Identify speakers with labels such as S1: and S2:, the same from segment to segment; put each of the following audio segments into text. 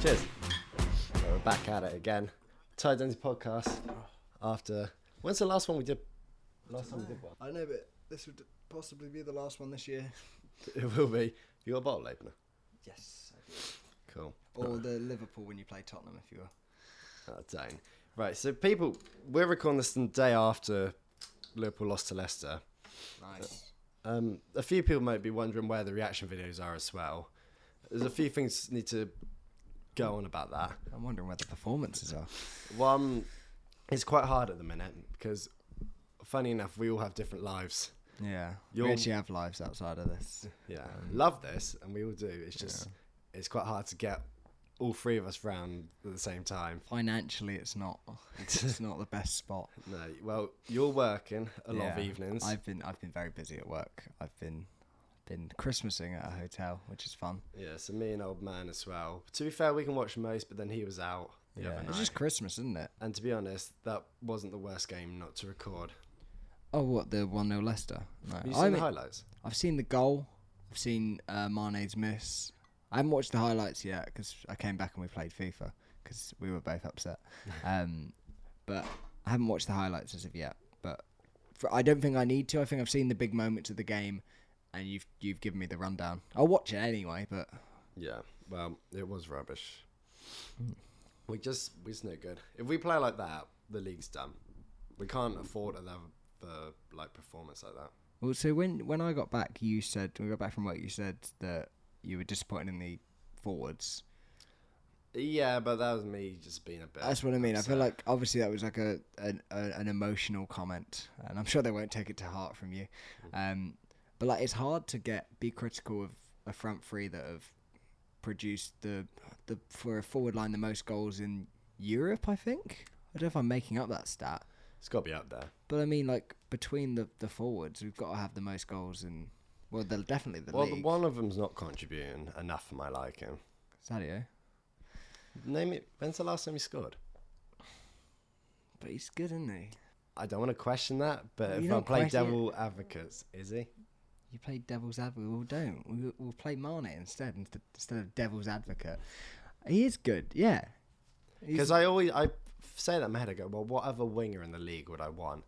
S1: Cheers. We're back at it again. Tight Identity Podcast. After when's the last one we did? Last time we did one.
S2: I know, but this would possibly be the last one this year.
S1: It will be. You got a bottle opener.
S2: Yes.
S1: Cool.
S2: Or the Liverpool when you play Tottenham, if you were.
S1: Oh, dang. Right. So people, we're recording this the day after Liverpool lost to Leicester.
S2: Nice.
S1: Um, a few people might be wondering where the reaction videos are as well. There's a few things need to go on about that.
S2: I'm wondering where the performances are.
S1: One, it's quite hard at the minute because, funny enough, we all have different lives.
S2: Yeah.
S1: Your-
S2: We actually have lives outside of this.
S1: Yeah, love this, and we all do. It's just it's quite hard to get all three of us round at the same time.
S2: Financially, it's not. It's not the best spot.
S1: No, well, you're working a lot of
S2: Yeah.
S1: evenings.
S2: I've been I've been very busy at work. I've been been Christmasing at a hotel, which is fun.
S1: Yeah, so me and old man as well. To be fair, we can watch most, but then he was out the other night.
S2: It's just Christmas, isn't it?
S1: And to be honest, that wasn't the worst game not to record.
S2: Oh, what the one 0 Leicester? No,
S1: Have you seen
S2: I'm
S1: the highlights?
S2: I've seen the goal. I've seen uh, Mane's miss. I haven't watched the highlights yet because I came back and we played FIFA because we were both upset. Um, but I haven't watched the highlights as of yet. But for, I don't think I need to. I think I've seen the big moments of the game, and you've you've given me the rundown. I'll watch it anyway. But
S1: Yeah. Well, it was rubbish.
S2: Hmm.
S1: We just we just no good. If we play like that, the league's done. We can't afford another the like performance like that.
S2: well, so when when I got back, you said when we got back from work, you said that you were disappointed in the forwards.
S1: Yeah, but that was me just being a bit.
S2: That's what I mean. I feel like obviously that was like a an, a an emotional comment, and I'm sure they won't take it to heart from you.
S1: Mm.
S2: Um, but like it's hard to get be critical of a front three that have produced the the for a forward line the most goals in Europe. I think I don't know if I'm making up that stat,
S1: it's got to be up there.
S2: but I mean like between the the forwards, we've got to have the most goals in. Well, they're definitely the
S1: Well, the,
S2: league.
S1: one of them's not contributing enough for my liking.
S2: Sadio,
S1: Name it. When's the last time he scored?
S2: but he's good, isn't he?
S1: I don't want to question that,
S2: You
S1: but if I
S2: don't
S1: play
S2: question it.
S1: devil advocates, is he?
S2: You play devil's advocate. Well, don't. We, we'll play Mane instead, inst- instead of devil's advocate. He is good, yeah. He's-
S1: Because I always I say that in my head. I go, well, what other winger in the league would I want?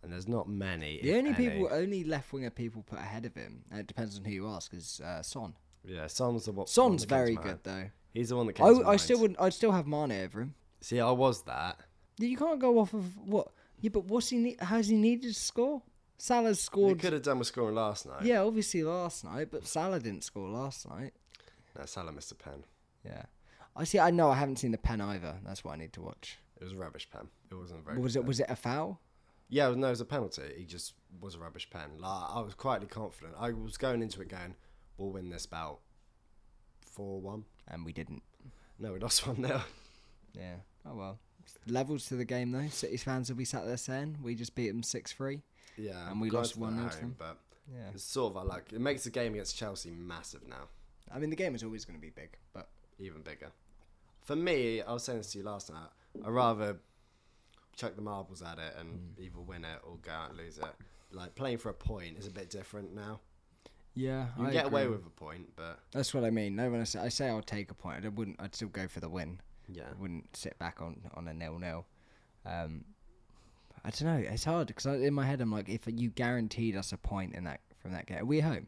S1: And there's not many.
S2: The
S1: if
S2: only
S1: any.
S2: people, only left winger people put ahead of him, and it depends on who you ask, is uh, Son.
S1: Yeah, Son's the one. one
S2: Son's
S1: that comes
S2: very
S1: to mind.
S2: good though.
S1: He's the one that came.
S2: I, I still wouldn't. I'd still have Mane over him.
S1: see. I was that.
S2: You can't go off of what. Yeah, but what's he? Need, how's he needed to score? Salah's
S1: We
S2: scored.
S1: could have done with scoring last night.
S2: Yeah, obviously last night, but Salah didn't score last night.
S1: No, Salah missed a pen.
S2: Yeah. I see. I know. I haven't seen the pen either. That's what I need to watch.
S1: It was a rubbish pen. It wasn't a very.
S2: Was
S1: good
S2: it? Was it a foul?
S1: Yeah, no, it was a penalty. He just was a rubbish pen. Like, I was quietly confident. I was going into it going, we'll win this bout 4 1.
S2: And we didn't.
S1: No, we lost 1 0.
S2: Yeah. Oh well. Levels to the game though. City's fans will be sat there saying we just beat them six three.
S1: Yeah.
S2: And we
S1: I'm
S2: lost
S1: glad to that
S2: 1-0 to
S1: home,
S2: them.
S1: But
S2: Yeah.
S1: it's sort of our luck. It makes the game against Chelsea massive now,
S2: I mean the game is always going to be big, but
S1: even bigger. For me, I was saying this to you last night, I'd rather chuck the marbles at it and
S2: Mm.
S1: either win it or go out and lose it. Like playing for a point is a bit different now.
S2: yeah,
S1: You can get away with a point, but
S2: That's what I mean. No, when I say, I say I'll take a point, I wouldn't. I'd still go for the win.
S1: yeah.
S2: I wouldn't sit back on on a nil nil. Um, I don't know. It's hard because in my head I'm like, if you guaranteed us a point in that from that game, are we home?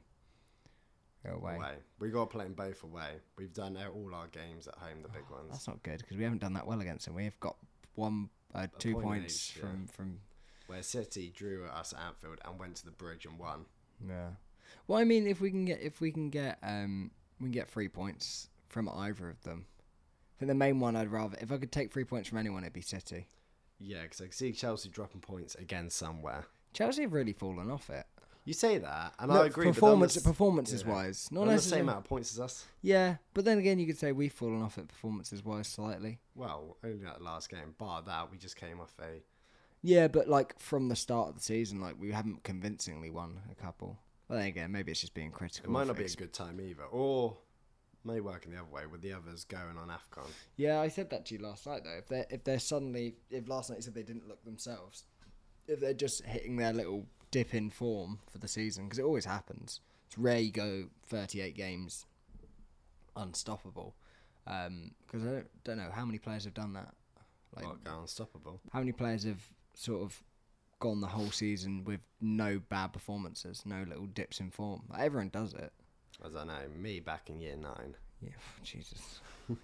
S2: Go away.
S1: away. We got to play them both away. We've done out all our games at home, the big ones.
S2: Oh, That's not good because we haven't done that well against them. We've got one, uh, two
S1: point
S2: points
S1: each, yeah.
S2: from from
S1: Where City drew at us at Anfield and went to the bridge and won.
S2: Yeah. Well, I mean, if we can get if we can get um we can get three points from either of them. I think the main one I'd rather if I could take three points from anyone, it'd be City.
S1: Yeah, because I can see Chelsea dropping points again somewhere.
S2: Chelsea have really fallen off it.
S1: You say that, and I
S2: Look,
S1: agree.
S2: performance
S1: but they're on the s-
S2: performances
S1: yeah.
S2: wise,
S1: they're
S2: not
S1: on the same
S2: necessarily.
S1: amount of points as us.
S2: yeah, but then again, you could say we've fallen off it performances wise slightly.
S1: Well, only that last game. Bar that, we just came off a.
S2: Yeah, but like from the start of the season, like we haven't convincingly won a couple. But then again, maybe it's just being critical.
S1: It might
S2: of
S1: not be a
S2: ex-
S1: good time either, or may work in the other way with the others going on Afcon.
S2: Yeah, I said that to you last night though. If they are if they're suddenly if last night you said they didn't look themselves, if they're just hitting their little dip in form for the season because it always happens. It's rare you go 38 games unstoppable. because I don't, don't know how many players have done that. Like,
S1: What, go unstoppable.
S2: how many players have sort of gone the whole season with no bad performances, no little dips in form? Like, everyone does it.
S1: As I know, me back in year nine.
S2: Yeah, Jesus.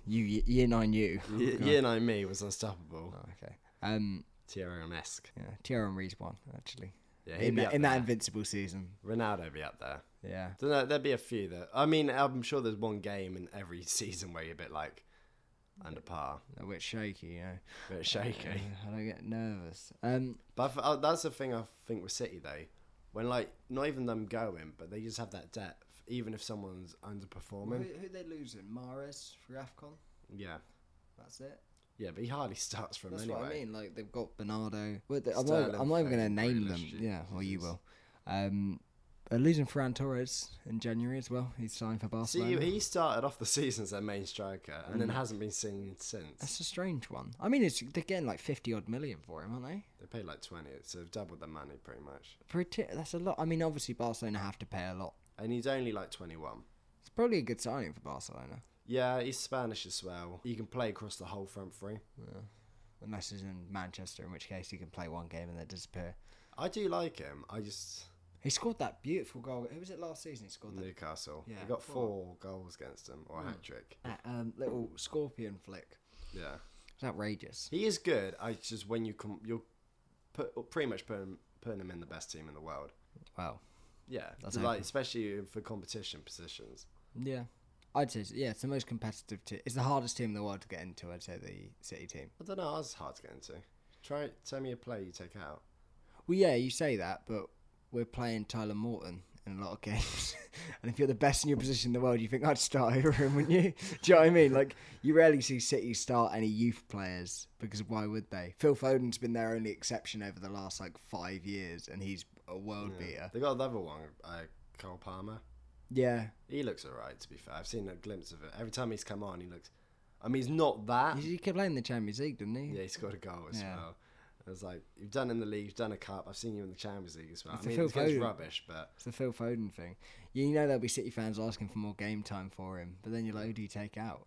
S2: you ye- year nine, you.
S1: Ye-
S2: Oh, God.
S1: year nine me was unstoppable.
S2: Oh, okay. Um,
S1: Thierry esque.
S2: yeah, Thierry Henry's one actually.
S1: Yeah, he'd
S2: in
S1: be
S2: that,
S1: up
S2: in that
S1: there.
S2: invincible season.
S1: Ronaldo be up there.
S2: Yeah.
S1: Don't know, there'd be a few that I mean, I'm sure there's one game in every season where you're a bit like under par,
S2: A bit shaky, you know.
S1: a bit shaky.
S2: Uh, I don't get nervous. Um,
S1: But I f- uh, that's the thing I think with City though, when like not even them going, but they just have that depth. Even if someone's underperforming,
S2: who they losing? Mares for Afcon.
S1: yeah,
S2: That's it.
S1: yeah, but he hardly starts from
S2: That's
S1: anyway.
S2: what I mean. Like they've got Bernardo. Well, they- I'm,
S1: Sterling,
S2: not, I'm not even going to
S1: Foden,
S2: name
S1: Grealish,
S2: them.
S1: Jesus.
S2: Yeah, well, you will. Um, they're losing Ferran Torres in January as well. He's signed for
S1: See,
S2: Barcelona.
S1: he started off the season as their main striker, and then hasn't been seen since.
S2: Mm. That's a strange one. I mean, it's they're getting like fifty odd million for him, aren't they?
S1: They paid like twenty, so they've doubled the money pretty much.
S2: For a t- that's a lot. I mean, obviously Barcelona have to pay a lot.
S1: And he's only like twenty-one.
S2: It's probably a good signing for Barcelona,
S1: Yeah, he's Spanish as well. He can play across the whole front three.
S2: unless he's in Manchester, in which case he can play one game and then disappear.
S1: I do like him. I just
S2: He scored that beautiful goal. Who was it last season? He scored that
S1: Newcastle.
S2: Yeah.
S1: He got four goals against him or a hat trick.
S2: that, um, little scorpion flick.
S1: Yeah,
S2: It's outrageous.
S1: he is good. I just when you come, you're put, pretty much putting him, putting him in the best team in the world.
S2: Wow.
S1: Yeah,
S2: That's
S1: like
S2: open.
S1: especially for competition positions.
S2: Yeah. I'd say, yeah, it's the most competitive team. It's the hardest team in the world to get into, I'd say, the City team.
S1: I don't know. That's hard to get into. Try tell me a player you take out.
S2: Well, yeah, you say that, but we're playing Tyler Morton in a lot of games. and if you're the best in your position in the world, you think I'd start over him, wouldn't you? Do you know what I mean? Like, you rarely see City start any youth players because why would they? Phil Foden's been their only exception over the last, like, five years, and he's a world
S1: Yeah.
S2: beater.
S1: They got another one, uh, Cole Palmer.
S2: Yeah.
S1: He looks alright. To be fair, I've seen a glimpse of it. Every time he's come on, he looks. I mean, he's not that.
S2: He he kept playing in the Champions League, didn't he?
S1: Yeah, he scored a goal as
S2: Yeah.
S1: well. I was like, you've done in the league, you've done a cup. I've seen you in the Champions League as well.
S2: It's
S1: I
S2: a
S1: mean,
S2: Phil
S1: it's against
S2: Foden.
S1: rubbish, but
S2: It's the Phil Foden thing. You know there'll be City fans asking for more game time for him, but then you're like, who do you take out?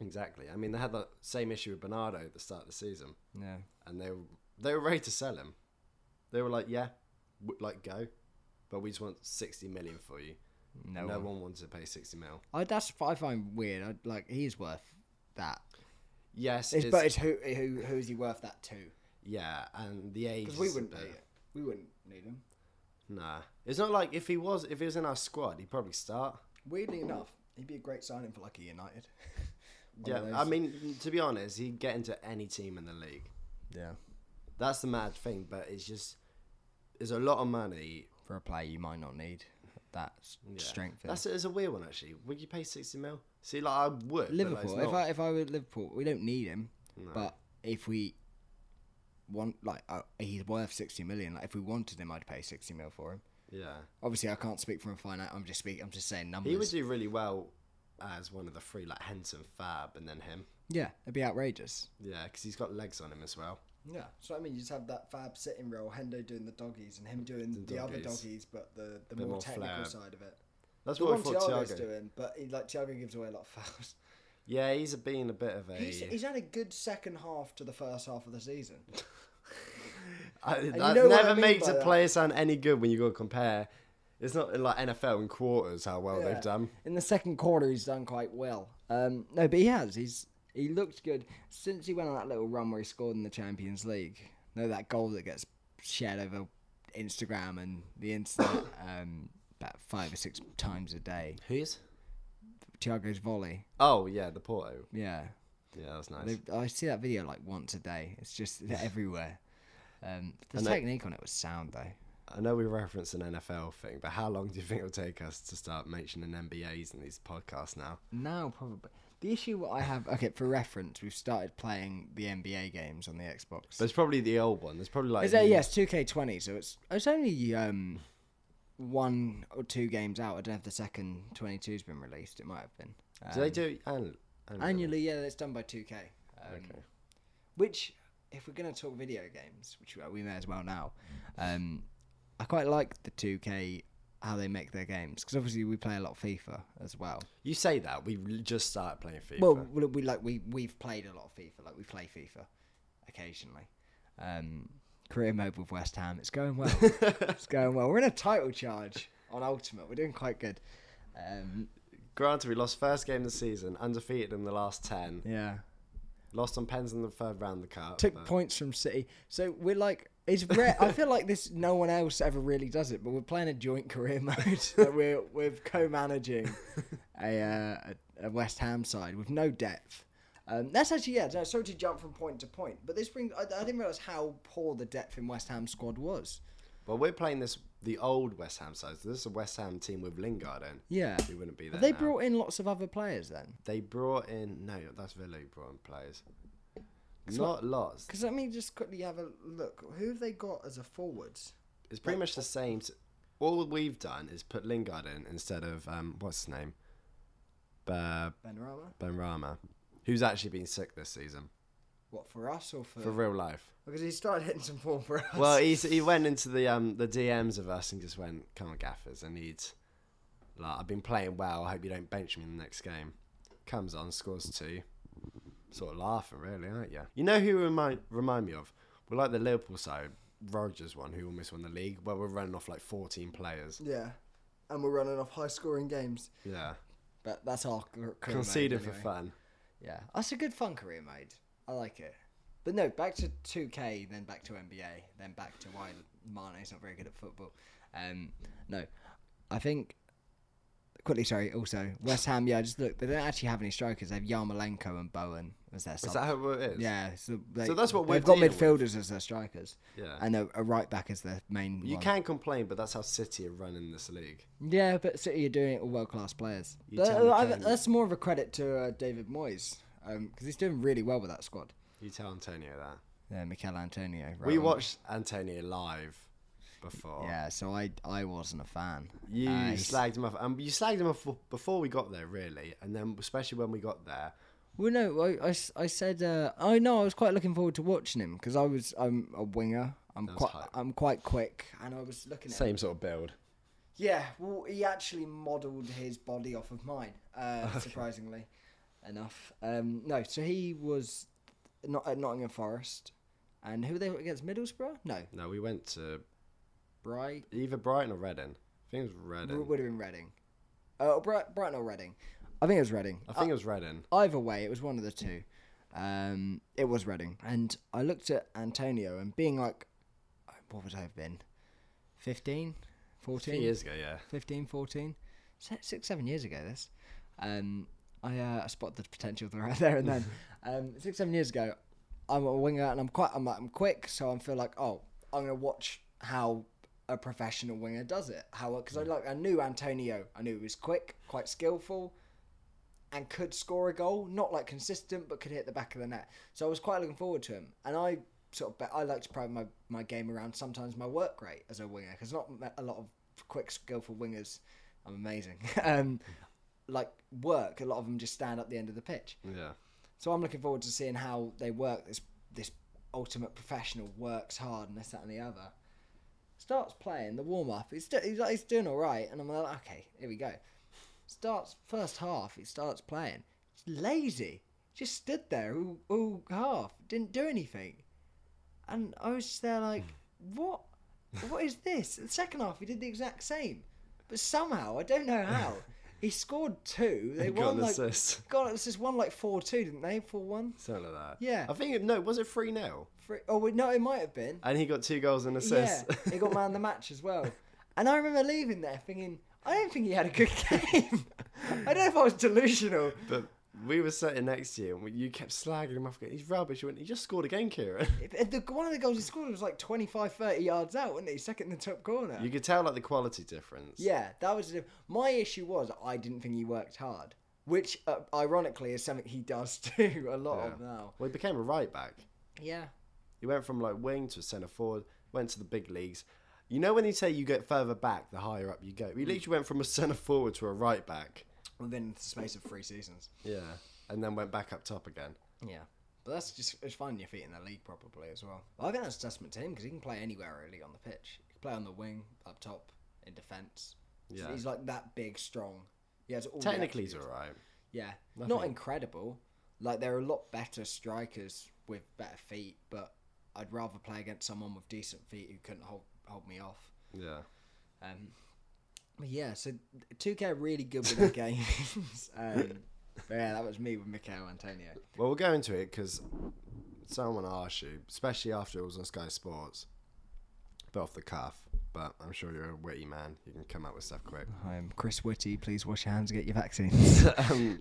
S1: exactly. I mean, they had the same issue with Bernardo at the start of the season,
S2: Yeah.
S1: and they were, they were ready to sell him. They were like, yeah, w- like go, but we just want sixty million for you.
S2: No,
S1: No,
S2: one.
S1: one wanted to pay sixty mil.
S2: I, that's what I find weird. I, like, he's worth that.
S1: Yes,
S2: It's,
S1: it's-
S2: but it's who, who who is he worth that to?
S1: yeah, and the age.
S2: Because we
S1: is a
S2: wouldn't
S1: bit-
S2: need it. We wouldn't need him.
S1: Nah, it's not like if he was if he was in our squad, he'd probably start.
S2: Weirdly enough, he'd be a great signing for like a United. One
S1: Yeah,
S2: of
S1: I
S2: those.
S1: mean, to be honest, he'd get into any team in the league.
S2: Yeah.
S1: That's the mad thing, but it's just there's a lot of money.
S2: For a player you might not need that s-
S1: Yeah.
S2: strength. in.
S1: That's it's a weird one actually. Would you pay sixty mil? See, like I would.
S2: Liverpool.
S1: But,
S2: If
S1: like,
S2: I if I were Liverpool, we don't need him.
S1: it's not. No.
S2: But if we want, like, uh, he's worth sixty million. Like, if we wanted him, I'd pay sixty mil for him.
S1: yeah,
S2: Obviously, I can't speak from a finite. I'm just speaking. I'm just saying numbers.
S1: he would do really well as one of the three, like Henson, Fab, and then him.
S2: yeah, it'd be outrageous.
S1: Yeah, because he's got legs on him as well.
S2: Yeah, so I mean, you just have that fab sitting role, Hendo doing the doggies and him doing
S1: The the other doggies.
S2: but the, the
S1: Bit more more technical flair.
S2: side of it.
S1: That's what I thought Thiago.
S2: doing, but he, like Thiago gives away a lot of fouls.
S1: Yeah, he's a, being a bit of a.
S2: had a good second half to the first half of the season.
S1: I,
S2: you
S1: that
S2: know what I
S1: never
S2: mean
S1: makes
S2: by
S1: a
S2: that.
S1: player sound any good when you go and compare. It's not like NFL in quarters how well
S2: Yeah.
S1: they've done.
S2: In the second quarter, he's done quite well. Um, no, but he has. He's he looked good since he went on that little run where he scored in the Champions League. No, that goal that gets shared over Instagram and the internet um, about five or six times a day.
S1: Who's?
S2: Thiago's volley.
S1: Oh yeah, the Porto.
S2: Yeah,
S1: Yeah, that's nice.
S2: They- I see that video like once a day. It's just everywhere. Um, the
S1: And they-
S2: technique on it was sound though.
S1: I know we reference an NFL thing, but how long do you think it'll take us to start mentioning NBAs in these podcasts now?
S2: Now probably the issue I have. Okay, for reference, we've started playing the NBA games on the Xbox.
S1: But it's probably the old one. There's probably like
S2: Is there? Yes, two K twenty. So it's it's only um one or two games out. I don't know if the second twenty two's been released. It might have been. Um,
S1: Do they do an- annually?
S2: annually? Yeah, it's done by two K. Um,
S1: Okay.
S2: Which, if we're gonna talk video games, which we- we may as well now, um, I quite like the two K how they make their games because obviously we play a lot of FIFA as well.
S1: You say that we l- just started playing FIFA.
S2: Well, we, we like we we've played a lot of FIFA. Like we play FIFA occasionally. Um, career mode with West Ham. It's going well. it's going well. We're in a title charge on Ultimate. We're doing quite good. Um,
S1: Granted, we lost first game of the season, undefeated in the last ten,
S2: yeah.
S1: lost on pens in the third round of the cup.
S2: Took
S1: but-
S2: points from City. So we're like. It's rare. I feel like this. No one else ever really does it, but we're playing a joint career mode that we're we're co-managing a, uh, a, a West Ham side with no depth. Um, that's actually yeah. no, Sorry to jump from point to point, but this brings. I, I didn't realize how poor the depth in West Ham squad was.
S1: Well, we're playing this the old West Ham side. So this is a West Ham team with Lingard in.
S2: Yeah,
S1: We wouldn't be there.
S2: but they
S1: now.
S2: brought in lots of other players then.
S1: They brought in no, that's Villa who brought in players.
S2: It's
S1: Not lots.
S2: Because let me just quickly have a look. Who have they got as a forwards?
S1: It's pretty much the same. s- All we've done is put Lingard in instead of um, what's his name, Ben
S2: Benrahma.
S1: Benrahma, who's actually been sick this season
S2: What for us or for?
S1: for real life.
S2: because he started hitting some form for us.
S1: Well, he's, he went into the um, the DMs of us and just went, "Come on, gaffers, I need." Like, I've been playing well. I hope you don't bench me in the next game. Comes on, scores two. Sort of laughing, really, aren't you? You know who remind remind me of? We're like the Liverpool side, Rogers one, who almost won the league, where we're running off like 14 players.
S2: yeah, and we're running off high-scoring games.
S1: Yeah,
S2: But that's our career mode
S1: conceded
S2: anyway.
S1: for fun.
S2: Yeah, that's a good fun career mode. I like it. But no, back to 2K, then back to NBA, then back to why Mane's not very good at football. Um, no, I think quickly. Sorry. Also, West Ham. Yeah, just look. They don't actually have any strikers. They have Yarmolenko and Bowen as their.
S1: Is
S2: sub-
S1: that how it is?
S2: yeah. So, they,
S1: So that's what we're
S2: they've got
S1: dealing with.
S2: midfielders as their strikers,
S1: yeah.
S2: and a, a right back as their main.
S1: you
S2: one.
S1: can complain, but that's how City are running this league.
S2: Yeah, but City are doing it all world class players.
S1: You
S2: But,
S1: tell the
S2: I-
S1: Kane.
S2: that's more of a credit to uh, David Moyes because he's doing really well with that squad.
S1: You tell Antonio that.
S2: Yeah, Mikel Antonio. Right
S1: we
S2: on.
S1: watched Antonio live before.
S2: Yeah, so I I wasn't a fan.
S1: You
S2: Uh, he's-
S1: slagged him off. Um, you slagged him off before we got there, really, and then especially when we got there.
S2: well, no, I, I s- I said uh, I know I was quite looking forward to watching him because I was I'm a winger. I'm
S1: was
S2: quite
S1: hype.
S2: I'm quite quick, and I was looking at. him.
S1: Same sort of build.
S2: Yeah, well, he actually modelled his body off of mine, uh, surprisingly enough. Um, no, so he was not at Nottingham Forest, and who were they against? Middlesbrough? No,
S1: No, we went to
S2: Bright.
S1: either Brighton or Reading. I think it was
S2: It
S1: Reading.
S2: would have been Reading. Uh, Bright, Brighton or Reading? I think it was Reading.
S1: I think it was Reading.
S2: either way, it was one of the two. Um, it was Reading, and I looked at Antonio and being like, what would I have been? 15,
S1: Two
S2: 14,
S1: years ago, yeah.
S2: 15, 14, Se- six, seven years ago. This, um, I, uh, I spotted the potential right there and then. um, six, seven years ago, I'm a winger and I'm quite, I'm, I'm quick, so I feel like, oh, I'm gonna watch how a professional winger does it. How because I like, I knew Antonio, I knew he was quick, quite skillful, and could score a goal, not like consistent, but could hit the back of the net. So I was quite looking forward to him, and I sort of bet I like to pride my, my game around sometimes my work rate as a winger because not m- a lot of quick skillful wingers. I'm amazing. um, like work, a lot of them just stand up the end of the pitch.
S1: Yeah.
S2: So I'm looking forward to seeing how they work. This this ultimate professional works hard and this that and the other. Starts playing the warm up. He's, do- he's like- he's doing all right, and I'm like, okay, here we go. Starts first half. He starts playing. He's lazy. Just stood there all, all half. Didn't do anything. And I was just there like, what? What is this? The second half, he did the exact same, but somehow I don't know how. He scored two. They
S1: They got
S2: won
S1: an
S2: like
S1: assist.
S2: God, it was just one like four two, didn't they? Four one.
S1: Something like that.
S2: Yeah.
S1: I think, it, no, was it 3 0?
S2: Three, oh wait, no, it might have been.
S1: And he got two goals and assists.
S2: Yeah, he got man of the match as well. And I remember leaving there thinking, I don't think he had a good game. I don't know if I was delusional.
S1: but we were sitting next to you and we- you kept slagging him off. going, He's rubbish. You went, He just scored again, Kieran.
S2: It- the- one of the goals he scored was like 25, 30 yards out, wasn't he? Second in the top corner.
S1: You could tell, like, the quality difference.
S2: Yeah, that was the- my issue. Was I didn't think he worked hard, which uh, ironically is something he does too a lot of
S1: Yeah.
S2: now.
S1: Well, he became a right back.
S2: Yeah.
S1: He went from like wing to centre forward, went to the big leagues. You know when you say you get further back, the higher up you go. He literally went from a centre forward to a right back.
S2: Within the space of three seasons.
S1: Yeah. And then went back up top again.
S2: Yeah, but that's just it's finding your feet in the league probably as well. But I think that's a testament to him because he can play anywhere really on the pitch. He can play on the wing, up top, in defence.
S1: Yeah.
S2: So he's like that big, strong. He has all the
S1: Technically, he's
S2: attributes.
S1: all right.
S2: Yeah, not
S1: Nothing.
S2: incredible. Like there are a lot better strikers with better feet, but I'd rather play against someone with decent feet who couldn't hold hold me off.
S1: Yeah.
S2: Um, but yeah, so 2K are really good with their games. Um, but yeah, that was me with Mikel Antonio.
S1: Well, we'll go into it because someone asked you, especially after it was on Sky Sports, but off the cuff. But I'm sure you're a witty man. You can come up with stuff quick.
S2: I'm Um, Chris Whitty. Please wash your hands and get your vaccines.
S1: um,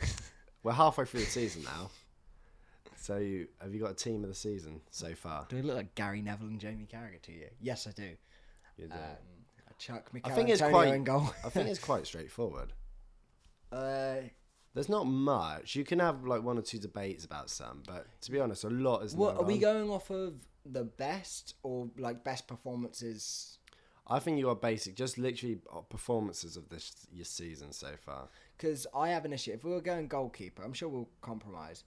S1: we're halfway through the season now. So, you, have you got a team of the season so far?
S2: do I look like Gary Neville and Jamie Carragher to you? Yes, I do.
S1: You do.
S2: Um, I chuck Mikel
S1: I think it's
S2: Antonio
S1: quite.
S2: in goal.
S1: I think it's quite straightforward.
S2: uh,
S1: There's not much. You can have like one or two debates about some, but to be honest, a lot is.
S2: what
S1: nailed
S2: are we
S1: on.
S2: going off of the best or like best performances?
S1: I think you are basic, just literally uh, performances of this your season so far.
S2: Because I have an issue. If we were going goalkeeper, I'm sure we'll compromise.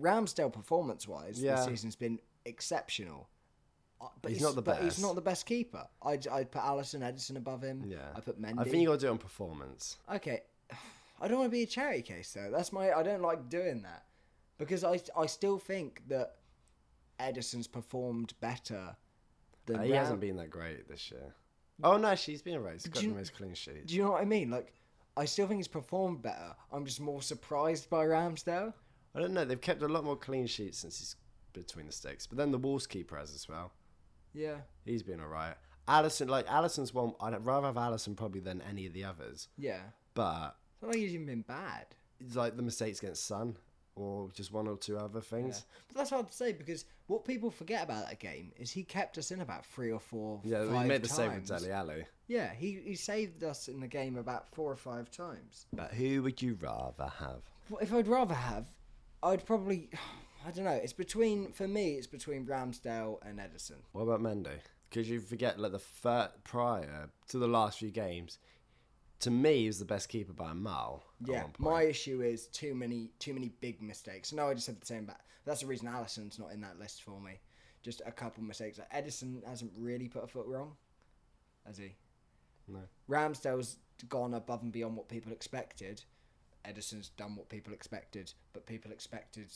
S2: Ramsdale performance wise,
S1: Yeah.
S2: this season's been exceptional. Uh,
S1: He's not the
S2: But he's
S1: best.
S2: not the best keeper. I I put Allison Edison above him.
S1: Yeah.
S2: I put Mendy.
S1: I think you got to do it on performance.
S2: okay, I don't want to be a charity case though. That's my. I don't like doing that because I I still think that Edison's performed better than
S1: Uh, he
S2: Ram-
S1: hasn't been that great this year. Oh no, she's been alright. He's got
S2: you-
S1: the most clean sheets.
S2: Do you know what I mean? Like, I still think he's performed better. I'm just more surprised by Ramsdale.
S1: I don't know. They've kept a lot more clean sheets since he's between the sticks. But then the Wolves keeper has as well.
S2: Yeah.
S1: He's been alright. Allison, like Allison's one. I'd rather have Allison probably than any of the others.
S2: Yeah.
S1: But
S2: It's not like he's even been bad.
S1: it's like the mistakes against Sun or just one or two other things.
S2: But that's hard to say because what people forget about that game is he kept us in about three or four.
S1: Yeah,
S2: five
S1: we made the
S2: times.
S1: save with Deli Alley.
S2: Yeah, he, he saved us in the game about four or five times.
S1: But who would you rather have?
S2: Well, if I'd rather have, I'd probably. I don't know. It's between for me. It's between Ramsdale and Edison.
S1: What about Mendy? Because you forget like the fir- prior to the last few games. To me, he was the best keeper by a mile. at
S2: Yeah,
S1: one point.
S2: my issue is too many too many big mistakes. No, I just said the same. But that's the reason Allison's not in that list for me. Just a couple mistakes. Like, Edison hasn't really put a foot wrong, has he?
S1: No.
S2: Ramsdale's gone above and beyond what people expected. Edison's done what people expected, but people expected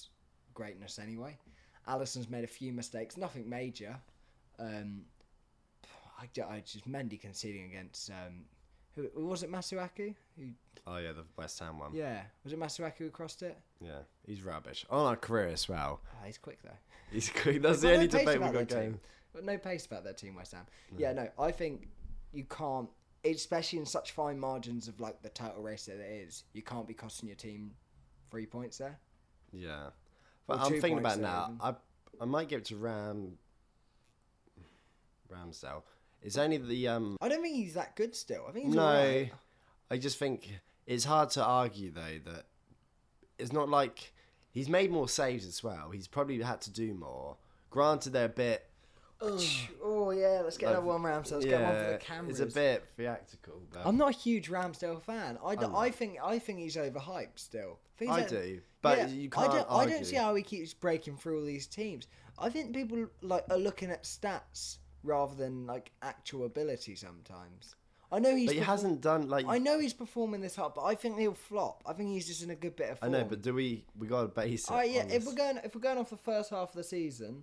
S2: greatness anyway. Allison's made a few mistakes, nothing major. Um, I, ju- I just Mendy conceding against um, who who was it Masuaku who
S1: Oh yeah, the West Ham one. Yeah,
S2: yeah. Was it Masuaku who crossed it?
S1: he's rubbish on our career as well.
S2: Ah, he's quick though.
S1: He's quick. That's
S2: They've
S1: the only
S2: got no pace
S1: debate
S2: about
S1: we've got
S2: their team.
S1: going.
S2: But no pace about their team, West Ham. Yeah, no, I think you can't, especially in such fine margins of like the title race that it is, you can't be costing your team three points there.
S1: Yeah, but
S2: Or
S1: I'm
S2: two
S1: thinking
S2: points
S1: about now.
S2: there,
S1: I I might give it to Ram. Ramsdale. It's only the um.
S2: I don't think he's that good still. I think he's
S1: no,
S2: alright.
S1: I just think it's hard to argue though that it's not like he's made more saves as well. He's probably had to do more. Granted, they're a bit
S2: Oh yeah, let's get
S1: Like,
S2: another one Ramsdale. Let's get one for the cameras.
S1: It's a bit theatrical, but
S2: I'm not a huge Ramsdale fan. I, d-
S1: I'm
S2: I think I think he's overhyped still. think he's
S1: I
S2: o-
S1: do. But
S2: Yeah,
S1: you can't
S2: I don't,
S1: argue.
S2: I don't see how he keeps breaking through all these teams. I think people like are looking at stats rather than like actual ability sometimes. I know he's.
S1: but he
S2: perform-
S1: hasn't done like.
S2: I know he's performing this hard, but I think he'll flop. I think he's just in a good bit of
S1: I
S2: form.
S1: know, but do we? We got to base it.
S2: Oh, yeah,
S1: on
S2: if
S1: this.
S2: we're going if we're going off the first half of the season,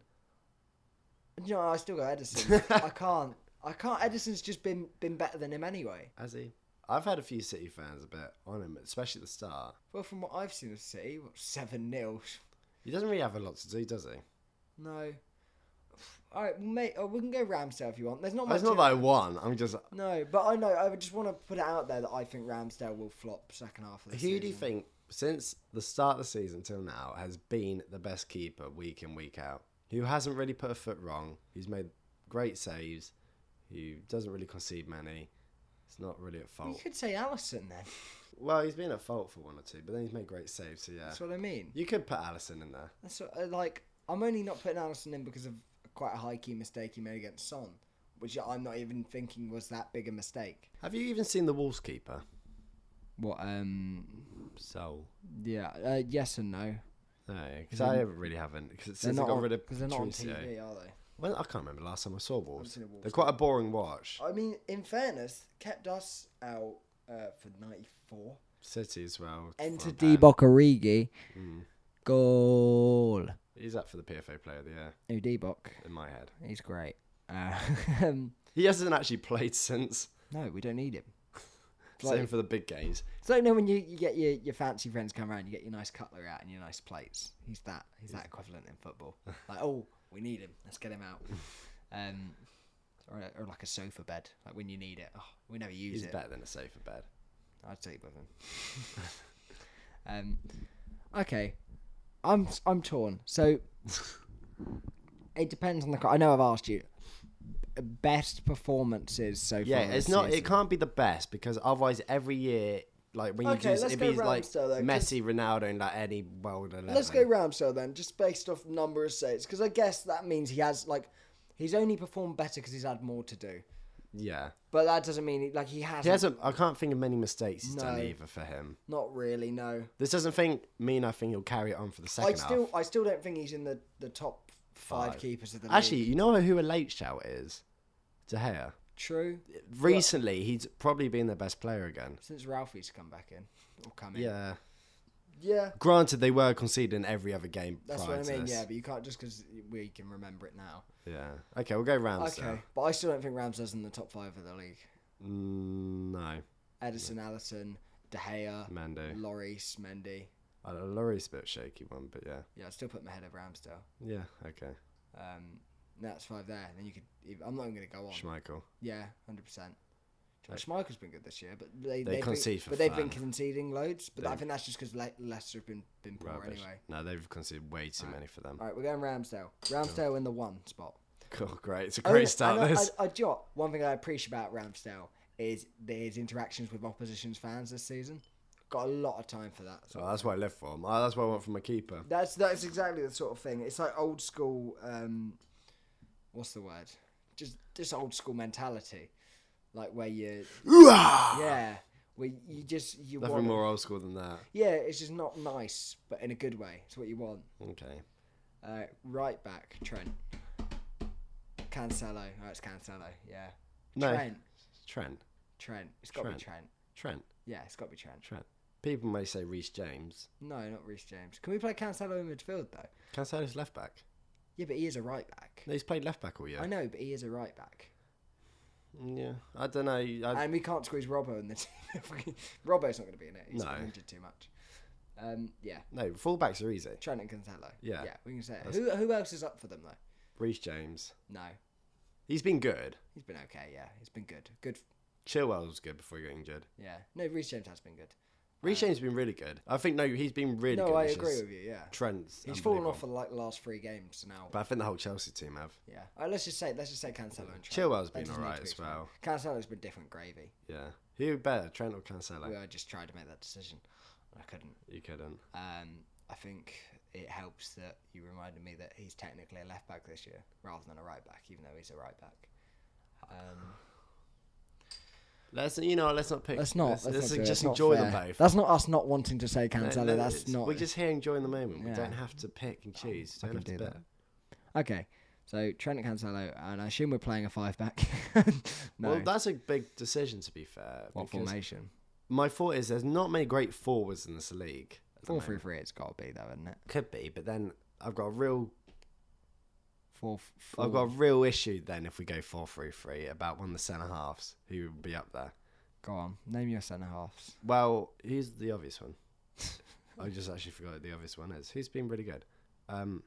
S2: you know, I still got Edison. I can't. I can't. Edison's just been been better than him anyway.
S1: Has he? I've had a few City fans a bit on him, especially at the start.
S2: Well, from what I've seen of City, seven 0
S1: He doesn't really have a lot to do, does he?
S2: No. All right, mate. Oh, we can go Ramsdale if you want. There's not much.
S1: It's not
S2: to-
S1: that I won. I'm just.
S2: No, but I know. I would just want to put it out there that I think Ramsdale will flop second half of the
S1: Who
S2: season.
S1: do you think, since the start of the season till now, has been the best keeper week in week out? Who hasn't really put a foot wrong? Who's made great saves? Who doesn't really concede many? It's not really at
S2: You
S1: fault.
S2: could say Allison then.
S1: Well, he's been at fault for one or two, but then he's made great saves. So yeah,
S2: That's what I mean.
S1: you could put Allison in there.
S2: That's what, uh, like I'm only not putting Allison in because of quite a high key mistake he made against Son, which I'm not even thinking was that big a mistake.
S1: Have you even seen the Wolves keeper?
S2: What? Um.
S1: Soul.
S2: Yeah. Uh, yes and no.
S1: No, because
S2: They're-
S1: I really haven't. Because since I
S2: not
S1: got
S2: on-
S1: rid of
S2: they're not on
S1: Patricio.
S2: TV, are they?
S1: When I can't remember the last time I saw Wolves.
S2: seen a Wolves
S1: They're quite a boring watch.
S2: I mean, in fairness, kept us out uh, for 94.
S1: City as well. uh,
S2: Enter
S1: Full
S2: D
S1: ban.
S2: Origi.
S1: Mm.
S2: Goal.
S1: He's up for the PFA Player of the Year
S2: New Debok.
S1: in my head.
S2: He's great. Uh, um,
S1: He hasn't actually played since.
S2: no, we don't need him. It's
S1: Same
S2: like,
S1: for the big games.
S2: it's like, you know when you, you get your, your fancy friends come around, you get your nice cutlery out and your nice plates. He's that. He's that equivalent in football. like, oh, we need him. Let's get him out. Um, or, or like a sofa bed. Like when you need it. Oh, we never use
S1: He's
S2: it.
S1: better than a sofa bed.
S2: I'd sleep with him. um, okay, I'm I'm torn. So it depends on the. co- I know I've asked you best performances so
S1: Yeah,
S2: far.
S1: it's
S2: this
S1: not. It
S2: season.
S1: can't be the best because otherwise, every year, like when you
S2: Okay,
S1: do,
S2: let's
S1: it'd
S2: go
S1: be like
S2: Ramsdale then, 'cause-
S1: Messi, Ronaldo, and like any world eleven.
S2: Let's go Ramsdale then, just based off number of saves, because I guess that means he has like he's only performed better because he's had more to do.
S1: Yeah,
S2: But that doesn't mean he, like he hasn't.
S1: he hasn't. I can't think of many mistakes he's done
S2: No.
S1: either for him.
S2: Not really. No,
S1: This doesn't think mean I think he'll carry it on for the
S2: I
S1: second
S2: still
S1: half.
S2: I still don't think he's in the the top five,
S1: Five.
S2: keepers of the league.
S1: Actually, you know who a late shout is? De Gea.
S2: true.
S1: Recently, he's probably been their best player again.
S2: Since Ralphie's come back in or come in.
S1: Yeah.
S2: Yeah,
S1: Granted, they were conceding every other game.
S2: that's
S1: prior
S2: what
S1: to
S2: I mean.
S1: this.
S2: Yeah, but you can't just because we can remember it now.
S1: Yeah. Okay, we'll go Ramsdale.
S2: okay, but I still don't think Ramsdale's in the top five of the league.
S1: Mm, no,
S2: Edison, Allison, De Gea,
S1: Mando.
S2: Lloris, Mendy.
S1: Uh, Laurie's a bit shaky one, but yeah.
S2: Yeah, I'd still put my head over Ramsdale.
S1: Yeah, okay.
S2: Um, that's five there. And then you could. if- I'm not even going to go on.
S1: Schmeichel.
S2: yeah, hundred percent. Schmeichel's been good this year, but they
S1: They
S2: they've
S1: concede
S2: been,
S1: for
S2: but they've been
S1: fun.
S2: conceding loads. But I
S1: They-
S2: think that's just because Le- Leicester have been been poor
S1: Rubbish.
S2: anyway.
S1: No, they've conceded way too many for them.
S2: All right, we're going Ramsdale. Ramsdale in the one spot.
S1: Cool, great. It's a
S2: Oh,
S1: great
S2: and-
S1: start,
S2: and I-
S1: this.
S2: I, I, do you know what? one thing I appreciate about Ramsdale is his interactions with opposition's fans this season. Got a lot of time for that. So
S1: So that's what I live for. Oh, that's what I want from my keeper.
S2: that's that's exactly the sort of thing. It's like old school. Um, what's the word? Just just old school mentality, like where you
S1: Yeah.
S2: yeah, where you just you
S1: Nothing
S2: want
S1: more old school than that.
S2: yeah. It's just not nice, but in a good way. It's what you want.
S1: Okay.
S2: Uh, right back, Trent. Cancelo. Oh, it's Cancelo. Yeah.
S1: No.
S2: Trent.
S1: Trent.
S2: Trent. It's got to be Trent.
S1: Trent.
S2: Yeah, it's got to be Trent.
S1: Trent. People may say Reece James.
S2: No, not Reece James. Can we play Cancelo in midfield though?
S1: Cancelo's left back.
S2: Yeah, but he is a right back.
S1: No, he's played left back all year.
S2: I know, but he is a right back.
S1: Yeah. I don't know. I,
S2: and we can't squeeze Robbo in the team. if we- Robbo's not going to be in it. He's
S1: No.
S2: injured too much. Um, yeah,
S1: no, fullbacks are easy.
S2: Trent and Cancelo.
S1: Yeah.
S2: yeah, we can say it.
S1: That's-
S2: Who, who else is up for them though?
S1: Reece James.
S2: No,
S1: He's been good.
S2: he's been okay. Yeah, he's been good. Good.
S1: Chilwell was good before he got injured.
S2: Yeah, no, Reece James has been good.
S1: Reece James has been really good. I think, no, he's been really
S2: no,
S1: good.
S2: I
S1: it's
S2: agree
S1: just
S2: with you. Yeah,
S1: Trent's.
S2: he's fallen off
S1: unbelievable.
S2: for like the last three games now.
S1: But I think the whole Chelsea team have.
S2: yeah, All right, let's just say let's just say Cancelo and Trent.
S1: Chilwell's
S2: That
S1: been
S2: doesn't need
S1: alright
S2: to be
S1: as
S2: explained.
S1: well.
S2: Cancelo's been different gravy.
S1: Yeah. Who better, Trent or Cancelo?
S2: Well, I just tried to make that decision. I couldn't.
S1: You couldn't.
S2: Um, I think it helps that you reminded me that he's technically a left back this year rather than a right back, even though he's a right back. Um,
S1: Let's you know. Let's not pick.
S2: let's not.
S1: Let's, let's
S2: Let's, not do it.
S1: just
S2: It's not
S1: enjoy them
S2: fair.
S1: both.
S2: That's not us not wanting to say
S1: No,
S2: Cancelo.
S1: no,
S2: That's
S1: it's-
S2: not.
S1: We're just here enjoying the moment.
S2: Yeah.
S1: We don't have to pick and choose.
S2: I
S1: Don't have to
S2: can do
S1: bet.
S2: Okay, so Trent and Cancelo, and I assume we're playing a five back. no,
S1: Well, that's a big decision to be fair.
S2: what
S1: because
S2: formation?
S1: My thought is there's not many great forwards in this league. at the
S2: Four
S1: moment.
S2: three three. It's got to be though, isn't it?
S1: Could be, but then I've got a real
S2: Four. f- four
S1: I've got a real issue then if we go four three three about one of the centre halves who would be up there.
S2: Go on. Name your centre halves.
S1: Well, who's the obvious one? I just actually forgot what the obvious one is. Who's been really good? Um,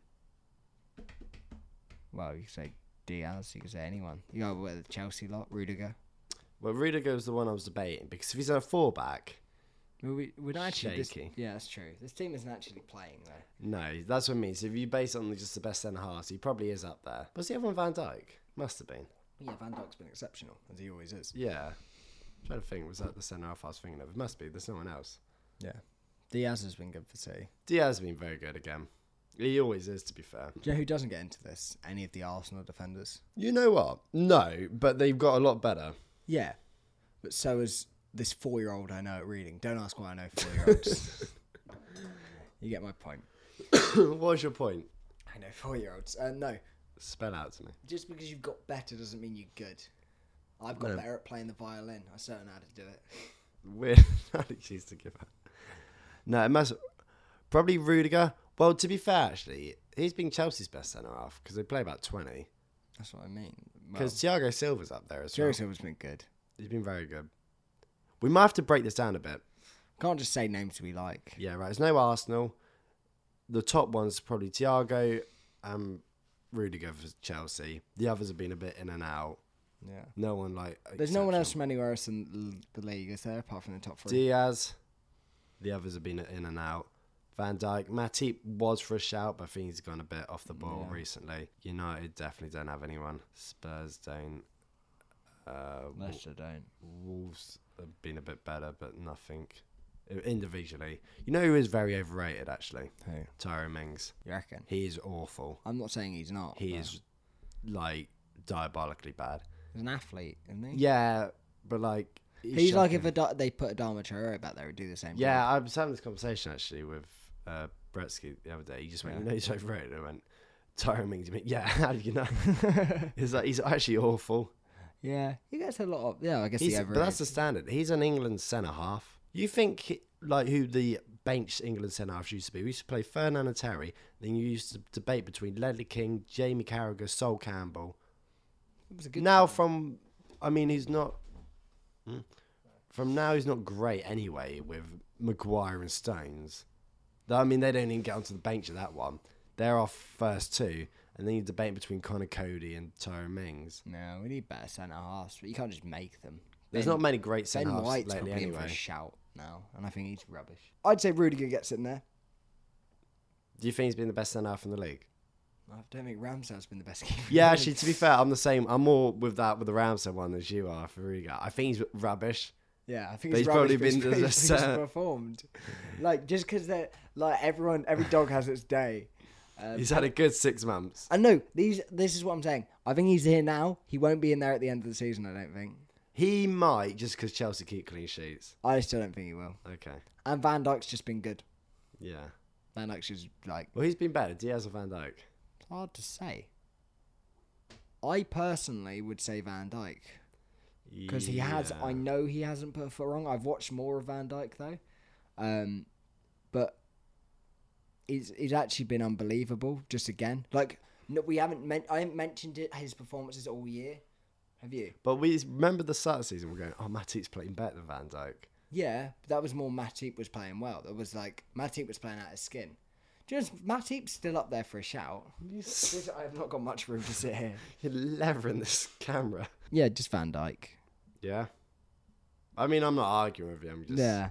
S2: Well, you could say Diaz. You could say anyone. You go with Chelsea lot. Rudiger.
S1: well, Rudiger was the one I was debating because if he's a four back,
S2: Well, we, we're not actually. This,
S1: Shaky.
S2: yeah, that's true. This team isn't actually playing though.
S1: no, that's what I mean. So if you base it on just the best centre halves, he probably is up there. Was the other one Van Dyke? Must have been.
S2: Yeah, Van Dijk's been exceptional as he always is.
S1: Yeah. I'm trying to think, was that the centre half I was thinking of? It must be. There's no one else.
S2: Yeah, Diaz has been good for City.
S1: Diaz has been very good again. He always is, to be fair.
S2: Do you know who doesn't get into this? Any of the Arsenal defenders.
S1: You know what? No, but they've got a lot better.
S2: Yeah, but so is this four-year-old I know at reading. Don't ask why I know four-year-olds. you get my point.
S1: what was your point?
S2: I know four-year-olds. Uh, no,
S1: Spell out to me.
S2: Just because you've got better doesn't mean you're good. I've got
S1: No.
S2: better at playing the violin. I certainly know how to do it.
S1: Weird Alex used to give up. No, it must probably Rudiger. Well, to be fair, actually, he's been Chelsea's best centre half because they play about twenty.
S2: That's what I mean. Well,
S1: Because Thiago Silva's up there as well.
S2: Jerry Silva's been good.
S1: He's been very good. We might have to break this down a bit.
S2: Can't just say names we like.
S1: Yeah, right. There's no Arsenal. The top one's probably Thiago and Rudiger for Chelsea. The others have been a bit in and out.
S2: Yeah.
S1: No one like.
S2: There's no one else
S1: exceptional.
S2: from anywhere else in l- the league, is there, apart from the top three?
S1: Diaz. The others have been in and out. Van Dijk. Matip was for a shout, but I think he's gone a bit off the ball
S2: Yeah.
S1: recently. United definitely don't have anyone. Spurs don't. Uh, Wol-
S2: don't.
S1: Wolves have been a bit better, but nothing individually. You know who is very overrated, actually?
S2: Who?
S1: Tyrone Mings.
S2: You reckon?
S1: He is awful.
S2: I'm not saying he's not.
S1: He
S2: but
S1: is like diabolically bad.
S2: He's an athlete, isn't he?
S1: Yeah, but like
S2: He's like if
S1: shocking.
S2: Ada- they put Adama Traore back there, would do the same.
S1: yeah. I was having this conversation actually with uh, Bretsky the other day. He just went,
S2: Yeah.
S1: "You know, he's overrated." I went, "Tyrone Mings." I mean, yeah, how do you know?
S2: thing.
S1: He's like he's actually awful.
S2: yeah, he gets a lot of. Yeah, I guess
S1: He's,
S2: he
S1: but that's
S2: overrated.
S1: the standard. He's an England centre half. You think he- like who the bench England centre half used to be? We used to play Fernand and Terry. Then you used to debate between Ledley King, Jamie Carragher, Sol Campbell.
S2: It was a good
S1: now from I mean he's not Hmm. from now he's not great anyway with Maguire and Stones. Though, I mean they don't even get onto the bench of that one. They're off first two, and then you debate between Connor Cody and Tyrone Mings.
S2: No, we need better centre halves, but you can't just make them.
S1: There's
S2: Ben-
S1: not many great centre
S2: Ben
S1: halves
S2: White's
S1: lately
S2: probably in for a
S1: anyway.
S2: shout now, and I think he's rubbish. I'd say Rudiger gets in there.
S1: Do you think he's been the best centre half in the league?
S2: I don't think Ramsdale's been the best keeper. in
S1: Yeah,
S2: the
S1: actually,
S2: league.
S1: to be fair, I'm the same. I'm more with that with the Ramsey one as you are for Riga. I think he's rubbish.
S2: Yeah, I think
S1: But
S2: it's
S1: he's
S2: rubbish,
S1: probably
S2: but he's
S1: been
S2: probably
S1: to the
S2: been just
S1: set.
S2: performed. Like just because they're like everyone, every dog has its day. Um,
S1: He's had a good six months.
S2: I know these. This is what I'm saying. I think he's here now. He won't be in there at the end of the season. I don't think.
S1: He might just because Chelsea keep clean sheets.
S2: I still don't think he will.
S1: Okay,
S2: And Van Dyke's just been good.
S1: yeah.
S2: Van Dyke's just like
S1: Well, he's been better, Diaz or Van Dijk?
S2: it's hard to say. I personally would say Van Dyke because he has. I know he hasn't put a foot wrong. I've watched more of Van Dyke though, um, but he's he's actually been unbelievable. Just again, like no, we haven't meant. I haven't mentioned it. His performances all year. Have you?
S1: But we remember the start of the season. We're going, oh, Matip's playing better than Van Dyke.
S2: Yeah, but that was more Matip was playing well. That was like Matip was playing out his skin. Just Matip's still up there for a shout. Which I have not got much room to sit here.
S1: You're levering this camera.
S2: Yeah, just Van Dyke.
S1: Yeah. I mean, I'm not arguing with you. I'm just.
S2: Yeah.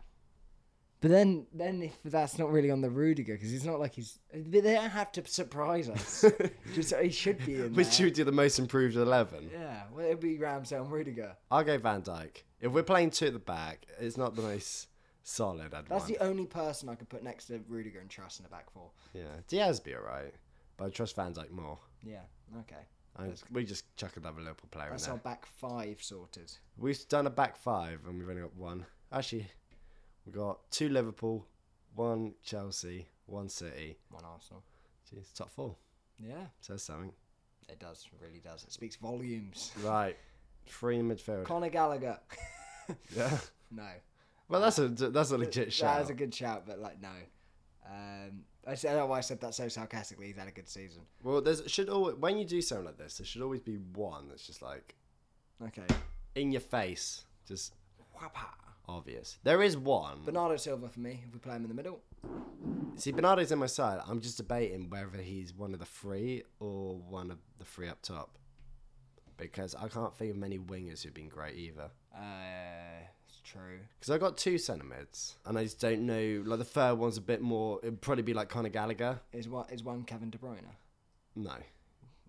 S2: But then, then if that's not really on the Rudiger because it's not like he's. They don't have to surprise us. just he should be in there.
S1: Which should do the most improved eleven?
S2: Yeah, well, it'd be Ramsey and Rudiger.
S1: I'll go Van Dyke. If we're playing two at the back, it's not the most solid. I'd
S2: That's
S1: want.
S2: the only person I could put next to Rudiger and trust in the back four.
S1: Yeah, Diaz be alright, but I trust Van Dyke more.
S2: Yeah. Okay.
S1: I, we just chuck another Liverpool player in
S2: That's
S1: there.
S2: our back five sorted.
S1: We've done a back five and we've only got one. Actually, we got two Liverpool, one Chelsea, one City.
S2: One Arsenal.
S1: Jeez, top four
S2: Yeah.
S1: says something.
S2: It does, it really does. It speaks volumes.
S1: Right, three in midfield.
S2: Conor Gallagher.
S1: Yeah,
S2: no.
S1: well that's a that's a legit
S2: That
S1: shout.
S2: was a good shout, but like no. Um, I said, I don't know why I said that so sarcastically. He's had a good season.
S1: Well, there's should always when you do something like this, there should always be one that's just like
S2: Okay.
S1: in your face, just
S2: Wapa.
S1: obvious. There is one.
S2: Bernardo Silva for me. If we play him in the middle,
S1: See, Bernardo's in my side. I'm just debating whether he's one of the three or one of the three up top. Because I can't think of many wingers who've been great either.
S2: uh, it's true.
S1: Because I got two centre mids, and I just don't know. Like the third one's a bit more. It'd probably be like Conor Gallagher.
S2: Is one is one Kevin De Bruyne?
S1: No,
S2: What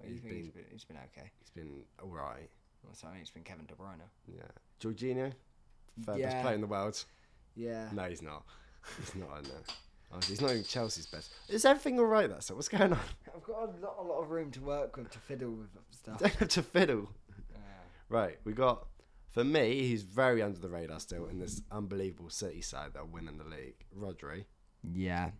S2: do you
S1: He's
S2: think he's been, he's been okay.
S1: he's been all right.
S2: That's what I mean, it's been Kevin De Bruyne.
S1: Yeah, Jorginho, third
S2: Yeah.
S1: best player in the world.
S2: Yeah.
S1: No, he's not. He's not. I know. Honestly, he's not even Chelsea's best. Is everything all right? That's what's going on.
S2: I've got a lot, a lot of room to work with to fiddle with stuff.
S1: Don't have to fiddle.
S2: Uh,
S1: Right, we got for me, he's very under the radar still in this unbelievable City side that are winning the league. Rodri
S2: yeah.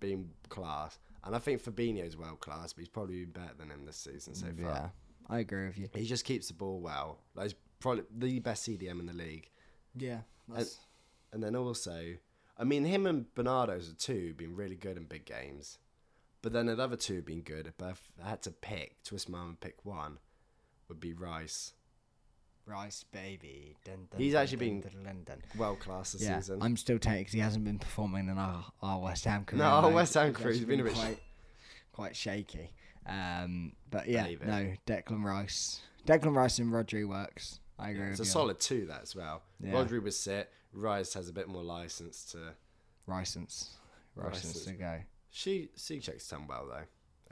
S1: being class, And I think Fabinho's world class, but he's probably been better than him this season so far.
S2: Mm, yeah, I agree with you.
S1: He just keeps the ball well. Like he's probably the best CDM in the league.
S2: Yeah, that's,
S1: And then also, I mean, him and Bernardo's are two been really good in big games. But then the other two have been good. But if I had to pick, twist my arm and pick one, would be Rice.
S2: Rice baby. Dun,
S1: He's actually
S2: dun,
S1: been-
S2: dun, dun, dun.
S1: World class this
S2: Yeah,
S1: season.
S2: I'm still taking because he hasn't been performing in our, our West Ham career.
S1: our
S2: mate.
S1: West Ham
S2: He's
S1: career, he's
S2: actually
S1: been a bit sh-
S2: quite, quite shaky. Um, but yeah,
S1: Believe it.
S2: no, Declan Rice, Declan Rice and Rodri works. I agree.
S1: it's
S2: with
S1: a
S2: you.
S1: solid two, that as well.
S2: Yeah.
S1: Rodri was sit. Rice has a bit more license to.
S2: Ricense, Ricense
S1: Ricense.
S2: to go.
S1: She Suchek's done well, though,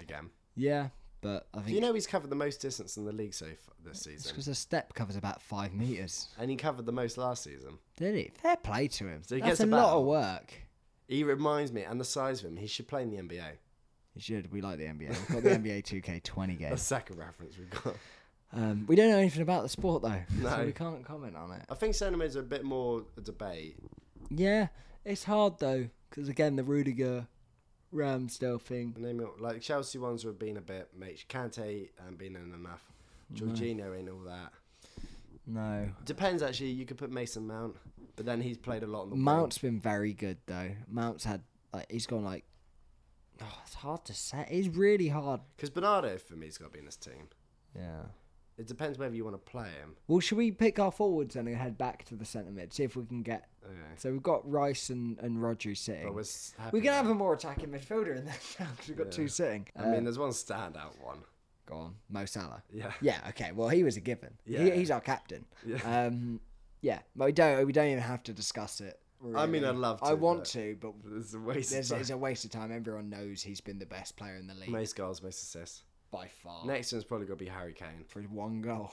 S1: again.
S2: Yeah, but I think
S1: Do you know he's covered the most distance in the league so far this
S2: It's
S1: season?
S2: because the step covers about five meters.
S1: And he covered the most last season.
S2: Did it? Fair play to him.
S1: So he
S2: That's
S1: gets
S2: a
S1: about-
S2: lot of work.
S1: He reminds me, and the size of him, he should play in the NBA.
S2: He should. We like the NBA. We've got the NBA 2K20
S1: That's
S2: game.
S1: the second reference we've got.
S2: Um, we don't know anything about the sport though, so
S1: No.
S2: we can't comment on it.
S1: I think Senoma's a bit more a debate.
S2: Yeah, it's hard though, because again, the Rudiger Ramsdale thing.
S1: The name of- Like Chelsea ones have been a bit, mate. Kante hasn't been in enough. Jorginho ain't all that.
S2: No,
S1: Depends, actually. You could put Mason Mount, but then he's played a lot on the wing.
S2: Mount's been very good though. Mount's had like he's gone like. Oh, it's hard to say. It's really hard.
S1: Because Bernardo, for me, has got to be in this team.
S2: Yeah.
S1: It depends whether you want to play him.
S2: Well, should we pick our forwards and then head back to the centre mid? See if we can get
S1: Okay.
S2: So we've got Rice and, and Rodri
S1: But
S2: sitting.
S1: we're,
S2: We're,
S1: s- happy
S2: going to have
S1: with
S2: a more attacking midfielder in there now because we've got
S1: Yeah.
S2: two sitting. Uh,
S1: that. I mean, there's one standout one.
S2: go on, Mo Salah.
S1: Yeah.
S2: Yeah, okay. Well, he was a given. He,
S1: Yeah.
S2: he's our captain.
S1: Yeah.
S2: Um, yeah, but we don't. We don't even have to discuss it.
S1: I mean,
S2: really.
S1: I'd love
S2: I
S1: to,
S2: want
S1: but-
S2: to, but
S1: It's a waste
S2: there's,
S1: of
S2: it's
S1: time.
S2: a waste of time. Everyone knows he's been the best player in the league
S1: Most goals, most assists.
S2: by far.
S1: Next one's probably going to be Harry Kane.
S2: For one goal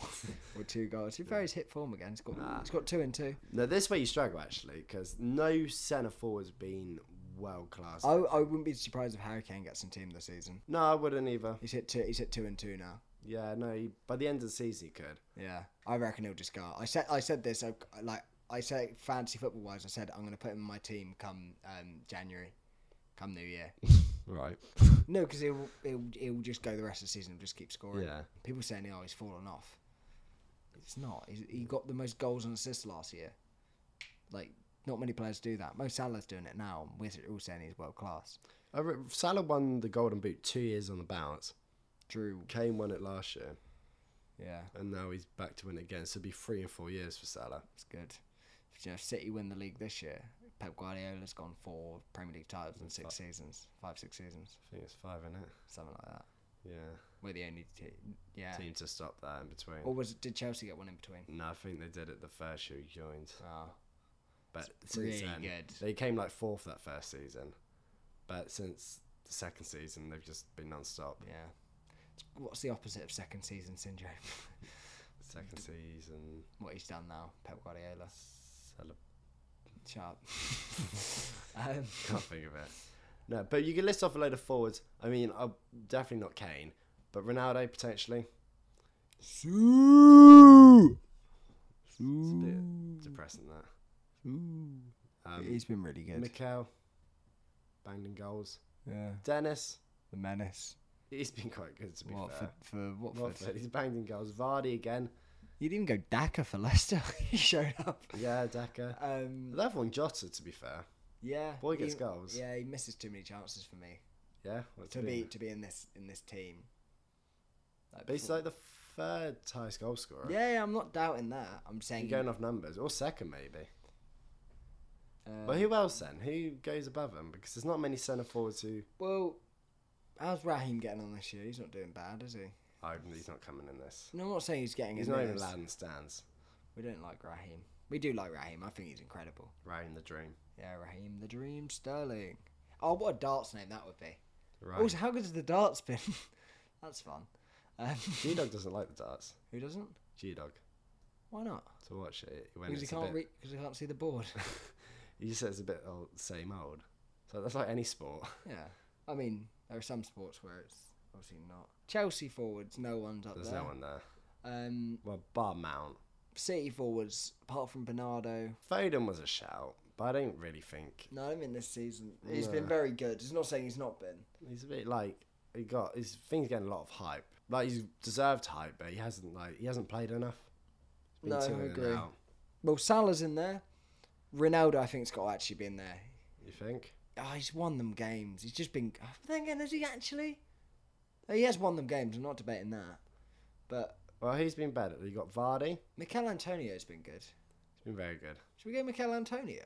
S2: or two goals. He's very hit form again. He's got, he's got two and two.
S1: No, this way you struggle, actually, because no centre forward's been world class.
S2: I, I wouldn't be surprised if Harry Kane gets in team this season.
S1: No, I wouldn't either.
S2: He's hit two. He's hit two and two now.
S1: Yeah, no. He, by the end of the season, he could.
S2: Yeah, I reckon he'll just go. I said, I said this. I, like I said, fantasy football wise, I said I'm going to put him in my team come um, January, come New Year.
S1: Right.
S2: No, because he'll, he'll he'll just go the rest of the season. He'll just keep scoring.
S1: Yeah.
S2: People saying, oh, he's fallen off. It's not. He's, he got the most goals and assists last year. Like not many players do that. Mo Salah's doing it now. and We're all saying he's world class.
S1: I re- Salah won the Golden Boot two years on the bounce.
S2: Drew.
S1: Kane won it last year,
S2: Yeah,
S1: and now he's back to win it again. So it'll be three and four years for Salah.
S2: it's good. If, you know, if City win the league this year, Pep Guardiola's gone four Premier League titles in six seasons, five six seasons.
S1: I think it's five in it.
S2: something like that.
S1: Yeah.
S2: We're the only team. Yeah. Oh.
S1: Team to stop that in between.
S2: Or was it, did Chelsea get one in between?
S1: No, I think they did it the first year he joined.
S2: Oh.
S1: But
S2: It's
S1: since
S2: really
S1: then,
S2: good.
S1: they came like fourth that first season. But since the second season, they've just been non-stop.
S2: Yeah. What's the opposite of second season syndrome?
S1: Second season,
S2: what he's done now, Pep Guardiola.
S1: Salah.
S2: Sharp. um,
S1: Can't think of it. No, but you can list off a load of forwards. I mean, i definitely not Kane, but Ronaldo potentially.
S2: Sue!
S1: It's a
S2: Mm.
S1: bit depressing that. Um,
S2: he's been really good.
S1: Mikel, banged in goals.
S2: yeah.
S1: Dennis,
S2: The menace.
S1: he's been quite good to be
S2: Watford,
S1: fair.
S2: for Watford.
S1: Watford, he's banged in goals. Vardy again.
S2: You'd even go Daka for Leicester. he showed up.
S1: Yeah, Decker.
S2: Um,
S1: That one Jota, to be fair.
S2: yeah.
S1: Boy gets
S2: he-
S1: goals.
S2: Yeah, he misses too many chances for me.
S1: Yeah, what's
S2: to
S1: it
S2: be
S1: been?
S2: to be in this in this team. Like,
S1: But he's
S2: before-
S1: like the third highest goal scorer.
S2: yeah, yeah, I'm not doubting that. I'm saying, uh,
S1: You're going off numbers, or second maybe.
S2: um,
S1: But who else then? Who goes above him? Because there's not many centre forwards who.
S2: well, how's Raheem getting on this year? He's not doing bad, is he?
S1: Oh, he's not coming in this.
S2: No, I'm not saying he's getting.
S1: He's
S2: in
S1: not even
S2: this.
S1: allowed in the stands.
S2: We don't like Raheem. We do like Raheem. I think he's incredible.
S1: Right in the dream.
S2: Yeah, Raheem, the dream, Sterling. Oh, what a darts name that would be.
S1: Right.
S2: Also, how good has the darts been? That's fun. Um,
S1: G Dog doesn't like the darts.
S2: who doesn't?
S1: G Dog.
S2: Why not?
S1: To watch it when
S2: Because he
S1: it's a
S2: can't
S1: bit,
S2: re- because he can't see the board.
S1: he just says a bit old, same old. So that's like any sport.
S2: Yeah. I mean, there are some sports where it's obviously not. Chelsea forwards, no one's up
S1: There's
S2: there.
S1: no one there.
S2: Um,
S1: Well, bar Mount.
S2: City forwards, apart from Bernardo,
S1: Foden was a shout, But I don't really think
S2: No, I mean this season. He's
S1: No.
S2: been very good. It's not saying he's not been.
S1: he's a bit like he got his thing's getting a lot of hype. Like he's deserved hype, but he hasn't like he hasn't played enough. He's
S2: No, I
S1: too in and
S2: agree.
S1: out,
S2: Well, Salah's in there. Ronaldo, I think, has got to actually be in there.
S1: You think?
S2: Oh, he's won them games. He's just been. I'm thinking, has he actually? Oh, he has won them games. I'm not debating that. But
S1: Well, he's been better. You got Vardy. He's
S2: Mikel Antonio's been good.
S1: been very good
S2: Should we go Mikel Antonio?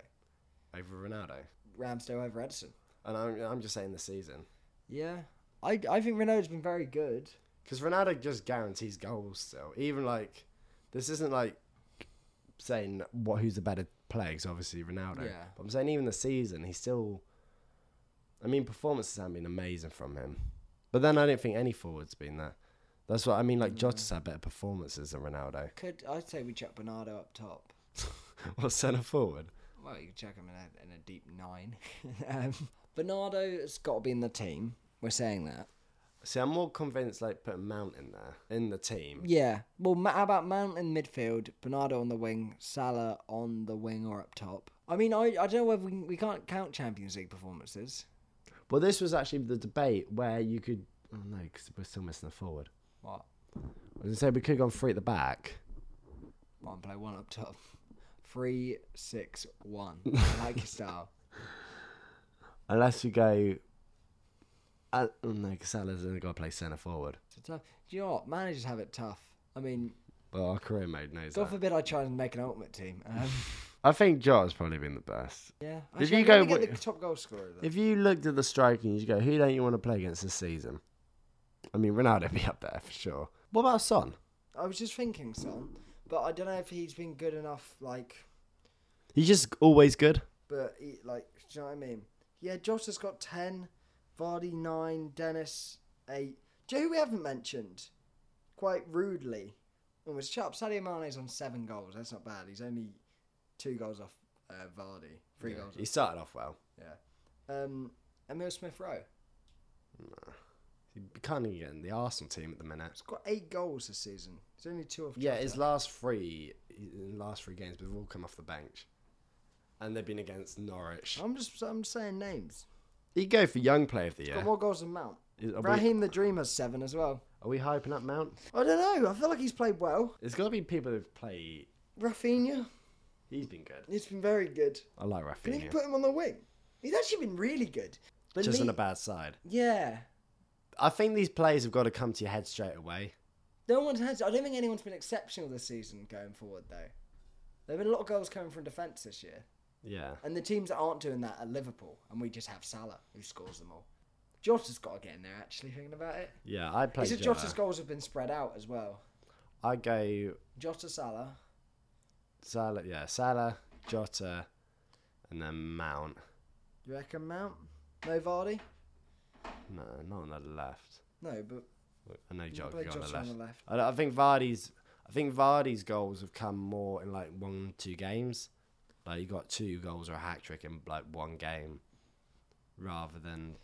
S1: over Ronaldo.
S2: Ramsdale over Edison.
S1: And I'm I'm just saying the season
S2: Yeah. I, I think Ronaldo's been very good.
S1: because Ronaldo just guarantees goals still. Even like this isn't like saying what who's the better player. 'cause obviously Ronaldo.
S2: Yeah.
S1: But I'm saying even the season he still. I mean, performances haven't been amazing from him, but then I don't think any forward's been that. That's what I mean. Like Jota's had better performances than Ronaldo.
S2: Could I'd say we chuck Bernardo up top.
S1: Well, centre forward.
S2: Well, you could chuck him in a, in a deep nine. um, Bernardo has got to be in the team. We're saying that.
S1: See, I'm more convinced like putting Mount in there in the team.
S2: Yeah. Well, ma- how about Mount in midfield, Bernardo on the wing, Salah on the wing or up top? I mean, I, I don't know whether we, can- we can't count Champions League performances.
S1: Well, this was actually the debate where you could. Oh no, because we're still missing a forward.
S2: What?
S1: I was gonna say we could have gone three at the back.
S2: One play, one up top. Three, six, one. I like your style.
S1: Unless you go. Uh, oh, no, because Salah's only got to play centre forward.
S2: It's a tough. Do you know what? Managers have it tough. I mean,
S1: Well, our career mode knows
S2: God
S1: that.
S2: forbid I try and make an ultimate team.
S1: I
S2: Um,
S1: think Jota's probably been the best.
S2: yeah.
S1: If
S2: Actually,
S1: you
S2: I'm gonna
S1: go
S2: get
S1: wi-
S2: the top goal scorer, though.
S1: If you looked at the striking, you go, who don't you want to play against this season? I mean, Ronaldo be up there for sure. What about Son?
S2: I was just thinking, son, but I don't know if he's been good enough. Like,
S1: He's just always good.
S2: but he, like, do you know what I mean? Yeah, Jota's got ten, Vardy nine, Dennis eight. Do you know who we haven't mentioned? Quite rudely, Oh, it was Chap Sadio Mane's on seven goals. That's not bad. He's only two goals off uh, Vardy, three
S1: Yeah,
S2: goals.
S1: He started off well.
S2: Off. Um, Emil Smith Rowe.
S1: He can't even get in the Arsenal team at the minute.
S2: He's got eight goals this season. He's only two off.
S1: Yeah,
S2: Jota.
S1: his last three, his last three games, they've all come off the bench, and they've been against Norwich.
S2: I'm just I'm just saying names.
S1: You go for young player of the
S2: Got
S1: year.
S2: more goals than Mount.
S1: Is- Are we,
S2: Raheem the Dream has seven as well.
S1: are we hyping up Mount?
S2: I don't know. I feel like he's played well.
S1: There's got to be people who've played.
S2: Rafinha,
S1: He's been good.
S2: he's been very good.
S1: I like
S2: Can you
S1: Rafinha.
S2: put him on the wing? He's actually been really good. But
S1: Just on
S2: Lee-
S1: a bad side.
S2: yeah.
S1: I think these players have got to come to your head straight away.
S2: No one's had. I don't think anyone's been exceptional this season going forward though. There have been a lot of goals coming from defence this year,
S1: Yeah.
S2: and the teams that aren't doing that are Liverpool, and we just have Salah who scores them all. Jota's got to get in there. Actually, thinking about it,
S1: Yeah, I play
S2: is it
S1: Jota.
S2: Jota's goals have been spread out as well?
S1: I go
S2: Jota, Salah,
S1: Salah. Yeah, Salah, Jota, and then Mount.
S2: you reckon Mount, no Vardy,
S1: No, not on the left.
S2: no, but
S1: I know
S2: you
S1: Jota
S2: play
S1: on the
S2: Jota
S1: left.
S2: on the left.
S1: I, I think Vardy's I think Vardy's goals have come more in like one two games. Like you got two goals or a hat trick in like one game, rather than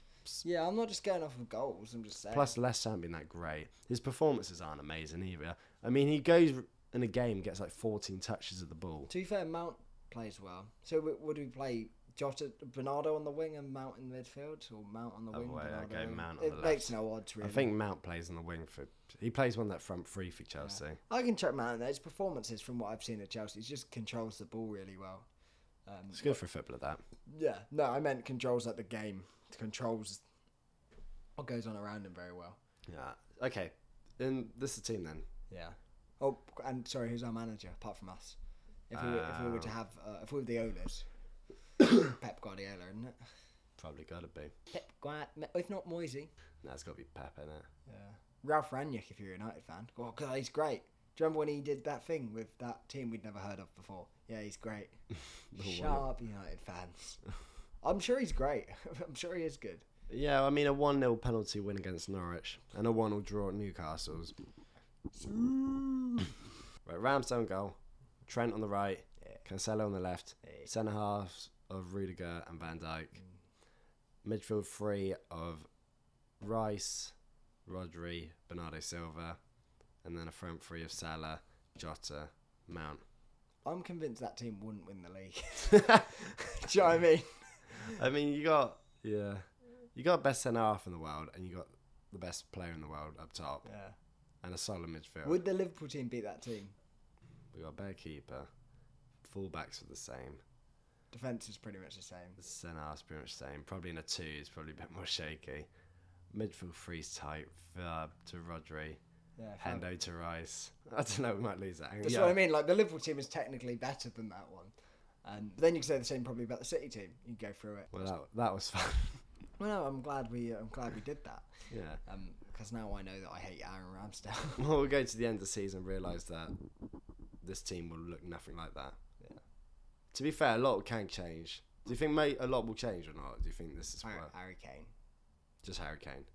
S2: Yeah, I'm not just going off of goals. I'm just saying.
S1: plus Les hasn't been that great. His performances aren't amazing either. I mean, he goes in a game gets like 14 touches of the ball.
S2: to be fair, Mount plays well. So w- would we play Jota, Bernardo on the wing and Mount in the midfield, or Mount on the
S1: Other
S2: wing?
S1: way,
S2: Bernardo
S1: okay,
S2: in-
S1: Mount on
S2: It
S1: the left.
S2: makes no odds really.
S1: I think Mount plays on the wing for he plays one that front three for Chelsea.
S2: I can check Mount. in there. His performances from what I've seen at Chelsea, he just controls the ball really well. Um,
S1: It's good for a footballer that.
S2: yeah, no, I meant controls like the game. Controls what goes on around him very well.
S1: Yeah. Okay. Then this is the team then.
S2: Yeah. Oh, and sorry, who's our manager apart from us? If we, were, if we were to
S1: Ah.
S2: have, uh, if we were the owners, Pep Guardiola, isn't it?
S1: Probably gotta be.
S2: Pep Guardiola, if not Moisey.
S1: No, it's gotta be Pep in it.
S2: Yeah. Ralph Ranick, if you're a United fan. Oh, God, he's great. Do you remember when he did that thing with that team we'd never heard of before? Yeah, he's great. Shut up, United fans. I'm sure he's great. I'm sure he is good.
S1: Yeah, I mean a one 0 penalty win against Norwich and a one 0 draw at Newcastle's. Right, Ramsdale goal, Trent on the right, Cancelo on the left,
S2: Yeah.
S1: centre halves of Rudiger and Van Dijk, midfield three of Rice, Rodri, Bernardo Silva, and then a front three of Salah, Jota, Mount.
S2: I'm convinced that team wouldn't win the league. Do you know what I mean?
S1: I mean, you got yeah, you got best centre half in the world, and you got the best player in the world up top,
S2: Yeah.
S1: and a solid midfield.
S2: Would the Liverpool team beat that team?
S1: we got a better keeper. Fullbacks are the same.
S2: Defense is pretty much the same.
S1: The centre half's pretty much the same. Probably in a two is probably a bit more shaky. Midfield three's tight. Uh, to Rodri,
S2: Yeah. fair.
S1: Hendo to Rice. I don't know. We might lose that.
S2: That's
S1: yeah.
S2: what I mean. Like the Liverpool team is technically better than that one. And then you can say the same probably about the City team. You can go through it.
S1: Well, that, that was fun.
S2: Well, no, I'm glad we. I'm glad we did that.
S1: yeah.
S2: Um, because now I know that I hate Aaron Ramsdale.
S1: Well, we'll go to the end of the season and realise that this team will look nothing like that.
S2: Yeah.
S1: To be fair, a lot can change. Do you think mate, a lot will change or not? Do you think this is
S2: Harry,
S1: what-
S2: Harry Kane,
S1: just Harry Kane?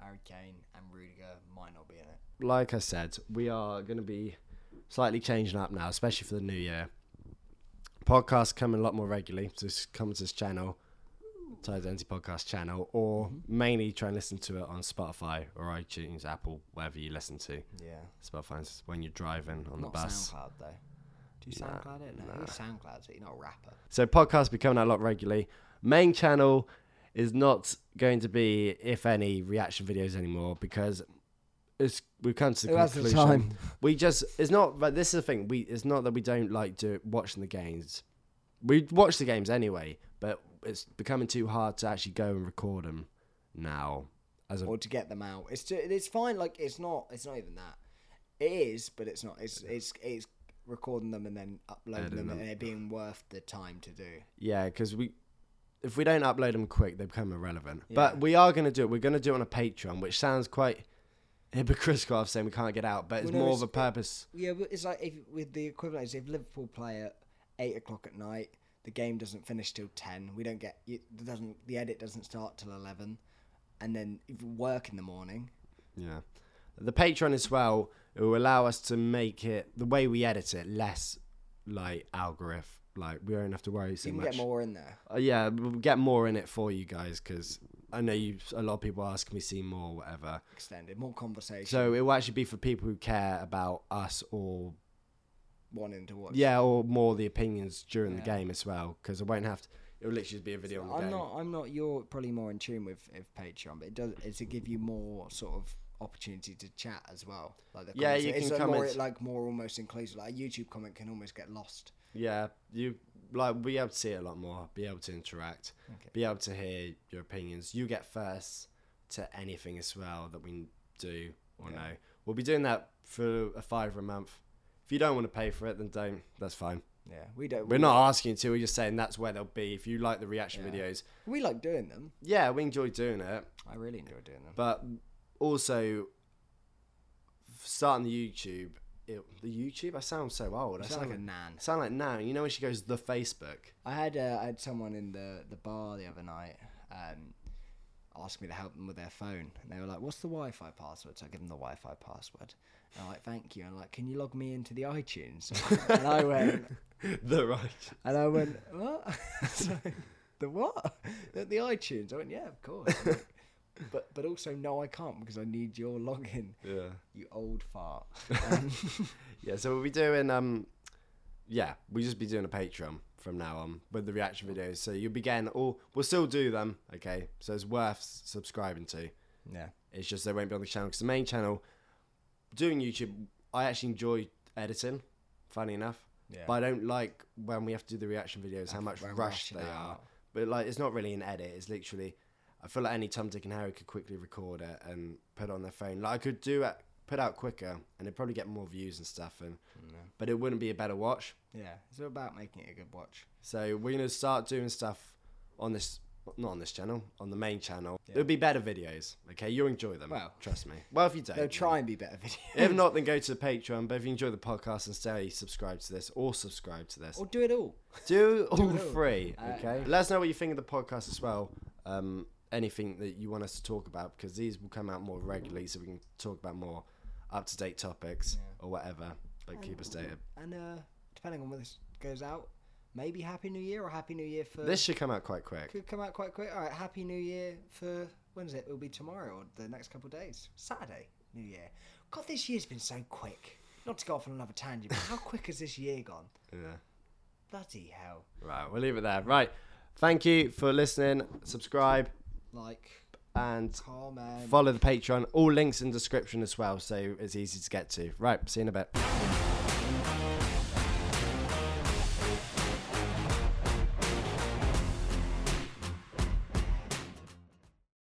S2: Harry Kane, and Rudiger might not be in it.
S1: Like I said, we are going to be slightly changing up now, especially for the new year. Podcasts coming a lot more regularly. So just come to this channel, Tired Identity Podcast channel, or
S2: Mm-hmm.
S1: mainly try and listen to it on Spotify or iTunes, Apple, wherever you listen to.
S2: Yeah.
S1: Spotify is when you're driving on
S2: Not
S1: the bus.
S2: SoundCloud though. Do you
S1: Nah,
S2: SoundCloud it? No,
S1: nah.
S2: you're SoundCloud, so you're not a rapper.
S1: So podcasts be coming out a lot regularly. Main channel is not going to be, if any, reaction videos anymore because it's we've come to the
S3: Who has the
S1: conclusion. We just it's not but this is the thing, we it's not that we don't like do watching the games. We watch the games anyway, but it's becoming too hard to actually go and record them now. As a,
S2: Or to get them out. It's ju- it's fine. Like it's not. It's not even that. It is, but it's not. It's it's it's recording them and then uploading
S1: Editing
S2: them,
S1: them.
S2: and it being worth the time to do.
S1: yeah, because we if we don't upload them quick, they become irrelevant. But
S2: Yeah.
S1: we are going to do it. We're going to do it on a Patreon, which sounds quite hypocritical of saying we can't get out, but it's
S2: Well, no,
S1: more
S2: it's-
S1: of a purpose.
S2: Yeah, but it's like if with the equivalent is if Liverpool play at eight o'clock at night, the game doesn't finish till ten. We don't get it doesn't the edit doesn't start till eleven, and then if we work in the morning.
S1: Yeah. The Patreon as well, it will allow us to make it the way we edit it less like algorithm. Like we don't have to worry so
S2: you can
S1: much.
S2: get more in there.
S1: Uh, yeah, we'll get more in it for you guys because I know you. A lot of people ask, can we see more, or whatever.
S2: Extended more conversation.
S1: So it will actually be for people who care about us or
S2: wanting to watch.
S1: yeah, or more the opinions during the
S2: Yeah.
S1: game as well because I won't have to. It will literally just be a video on the
S2: I'm
S1: game.
S2: not. I'm not. You're probably more in tune with, with Patreon, but it does. It's to give you more sort of opportunity to chat as well. Like the
S1: Yeah,
S2: comments-
S1: you
S2: it's
S1: can
S2: a more,
S1: comment.
S2: like more almost inclusive. Like a YouTube comment can almost get lost.
S1: Yeah, you like be able to see it a lot more, be able to interact,
S2: Okay.
S1: be able to hear your opinions. You get first to anything as well that we do or
S2: Yeah.
S1: know. We'll be doing that for a fiver a month. If you don't want to pay for it, then don't. That's fine.
S2: Yeah, we don't.
S1: We're not asking you to. We're just saying that's where they'll be. If you like the reaction
S2: Yeah.
S1: videos,
S2: We like doing them.
S1: yeah, we enjoy doing it.
S2: I really enjoy doing them.
S1: But also, starting the YouTube, it, the YouTube. I sound so old. I
S2: sound
S1: sound
S2: like
S1: like,
S2: a nan.
S1: sound like now. You know when she goes the Facebook.
S2: I had uh, I had someone in the, the bar the other night um, ask me to help them with their phone, and they were like, "What's the Wi-Fi password?" So I give them the Wi-Fi password, and I'm like, "Thank you," and like, "Can you log me into the iTunes?" and I went,
S1: the right.
S2: and I went, "What?" So, the what? The, the iTunes? I went, "Yeah, of course." I'm like, But, but also no, I can't because I need your login,
S1: Yeah.
S2: you old fart. Um,
S1: Yeah, so we'll be doing um yeah, we'll just be doing a Patreon from now on with the reaction videos. So you'll be getting all we'll still do them, okay? So it's worth s- subscribing to.
S2: yeah,
S1: It's just they won't be on the channel because the main channel doing YouTube, I actually enjoy editing, funny enough.
S2: yeah.
S1: But I don't like when we have to do the reaction videos, how much
S2: We're
S1: rushed they
S2: rushing
S1: are.
S2: out.
S1: But like it's not really an edit, it's literally I feel like any Tom Dick and Harry could quickly record it and put it on their phone. Like I could do it put out quicker and it'd probably get more views and stuff and
S2: Mm, Yeah.
S1: but it wouldn't be a better watch.
S2: Yeah, it's all about making it a good watch.
S1: So we're gonna start doing stuff on this, not on this channel, on the main channel.
S2: Yeah.
S1: It'll be better videos. Okay, you'll enjoy them.
S2: Well.
S1: trust me. Well, if you don't,
S2: They'll
S1: then-
S2: try and be better videos.
S1: If not, then go to the Patreon. But if you enjoy the podcast and stay subscribed to this or subscribe to this,
S2: or do it all.
S1: do all
S2: it all.
S1: three.
S2: Uh,
S1: Okay. Let us know what you think of the podcast as well. Um, anything that you want us to talk about because these will come out more regularly, so we can talk about more up to date topics
S2: Yeah.
S1: or whatever. But keep us dated.
S2: And uh, depending on when this goes out, maybe Happy New Year or Happy New Year for.
S1: This should come out quite quick.
S2: could come out quite quick. All right, Happy New Year for. When's it? It'll be tomorrow or the next couple of days. Saturday, New Year. God, this year's been so quick. Not to go off on another tangent, but how quick has this year gone?
S1: Yeah.
S2: Bloody hell.
S1: Right, we'll leave it there. Right. Thank you for listening. Subscribe
S4: Like,
S1: and
S4: comment.
S1: follow the Patreon. All links in description as well, so it's easy to get to. Right, see you in a bit.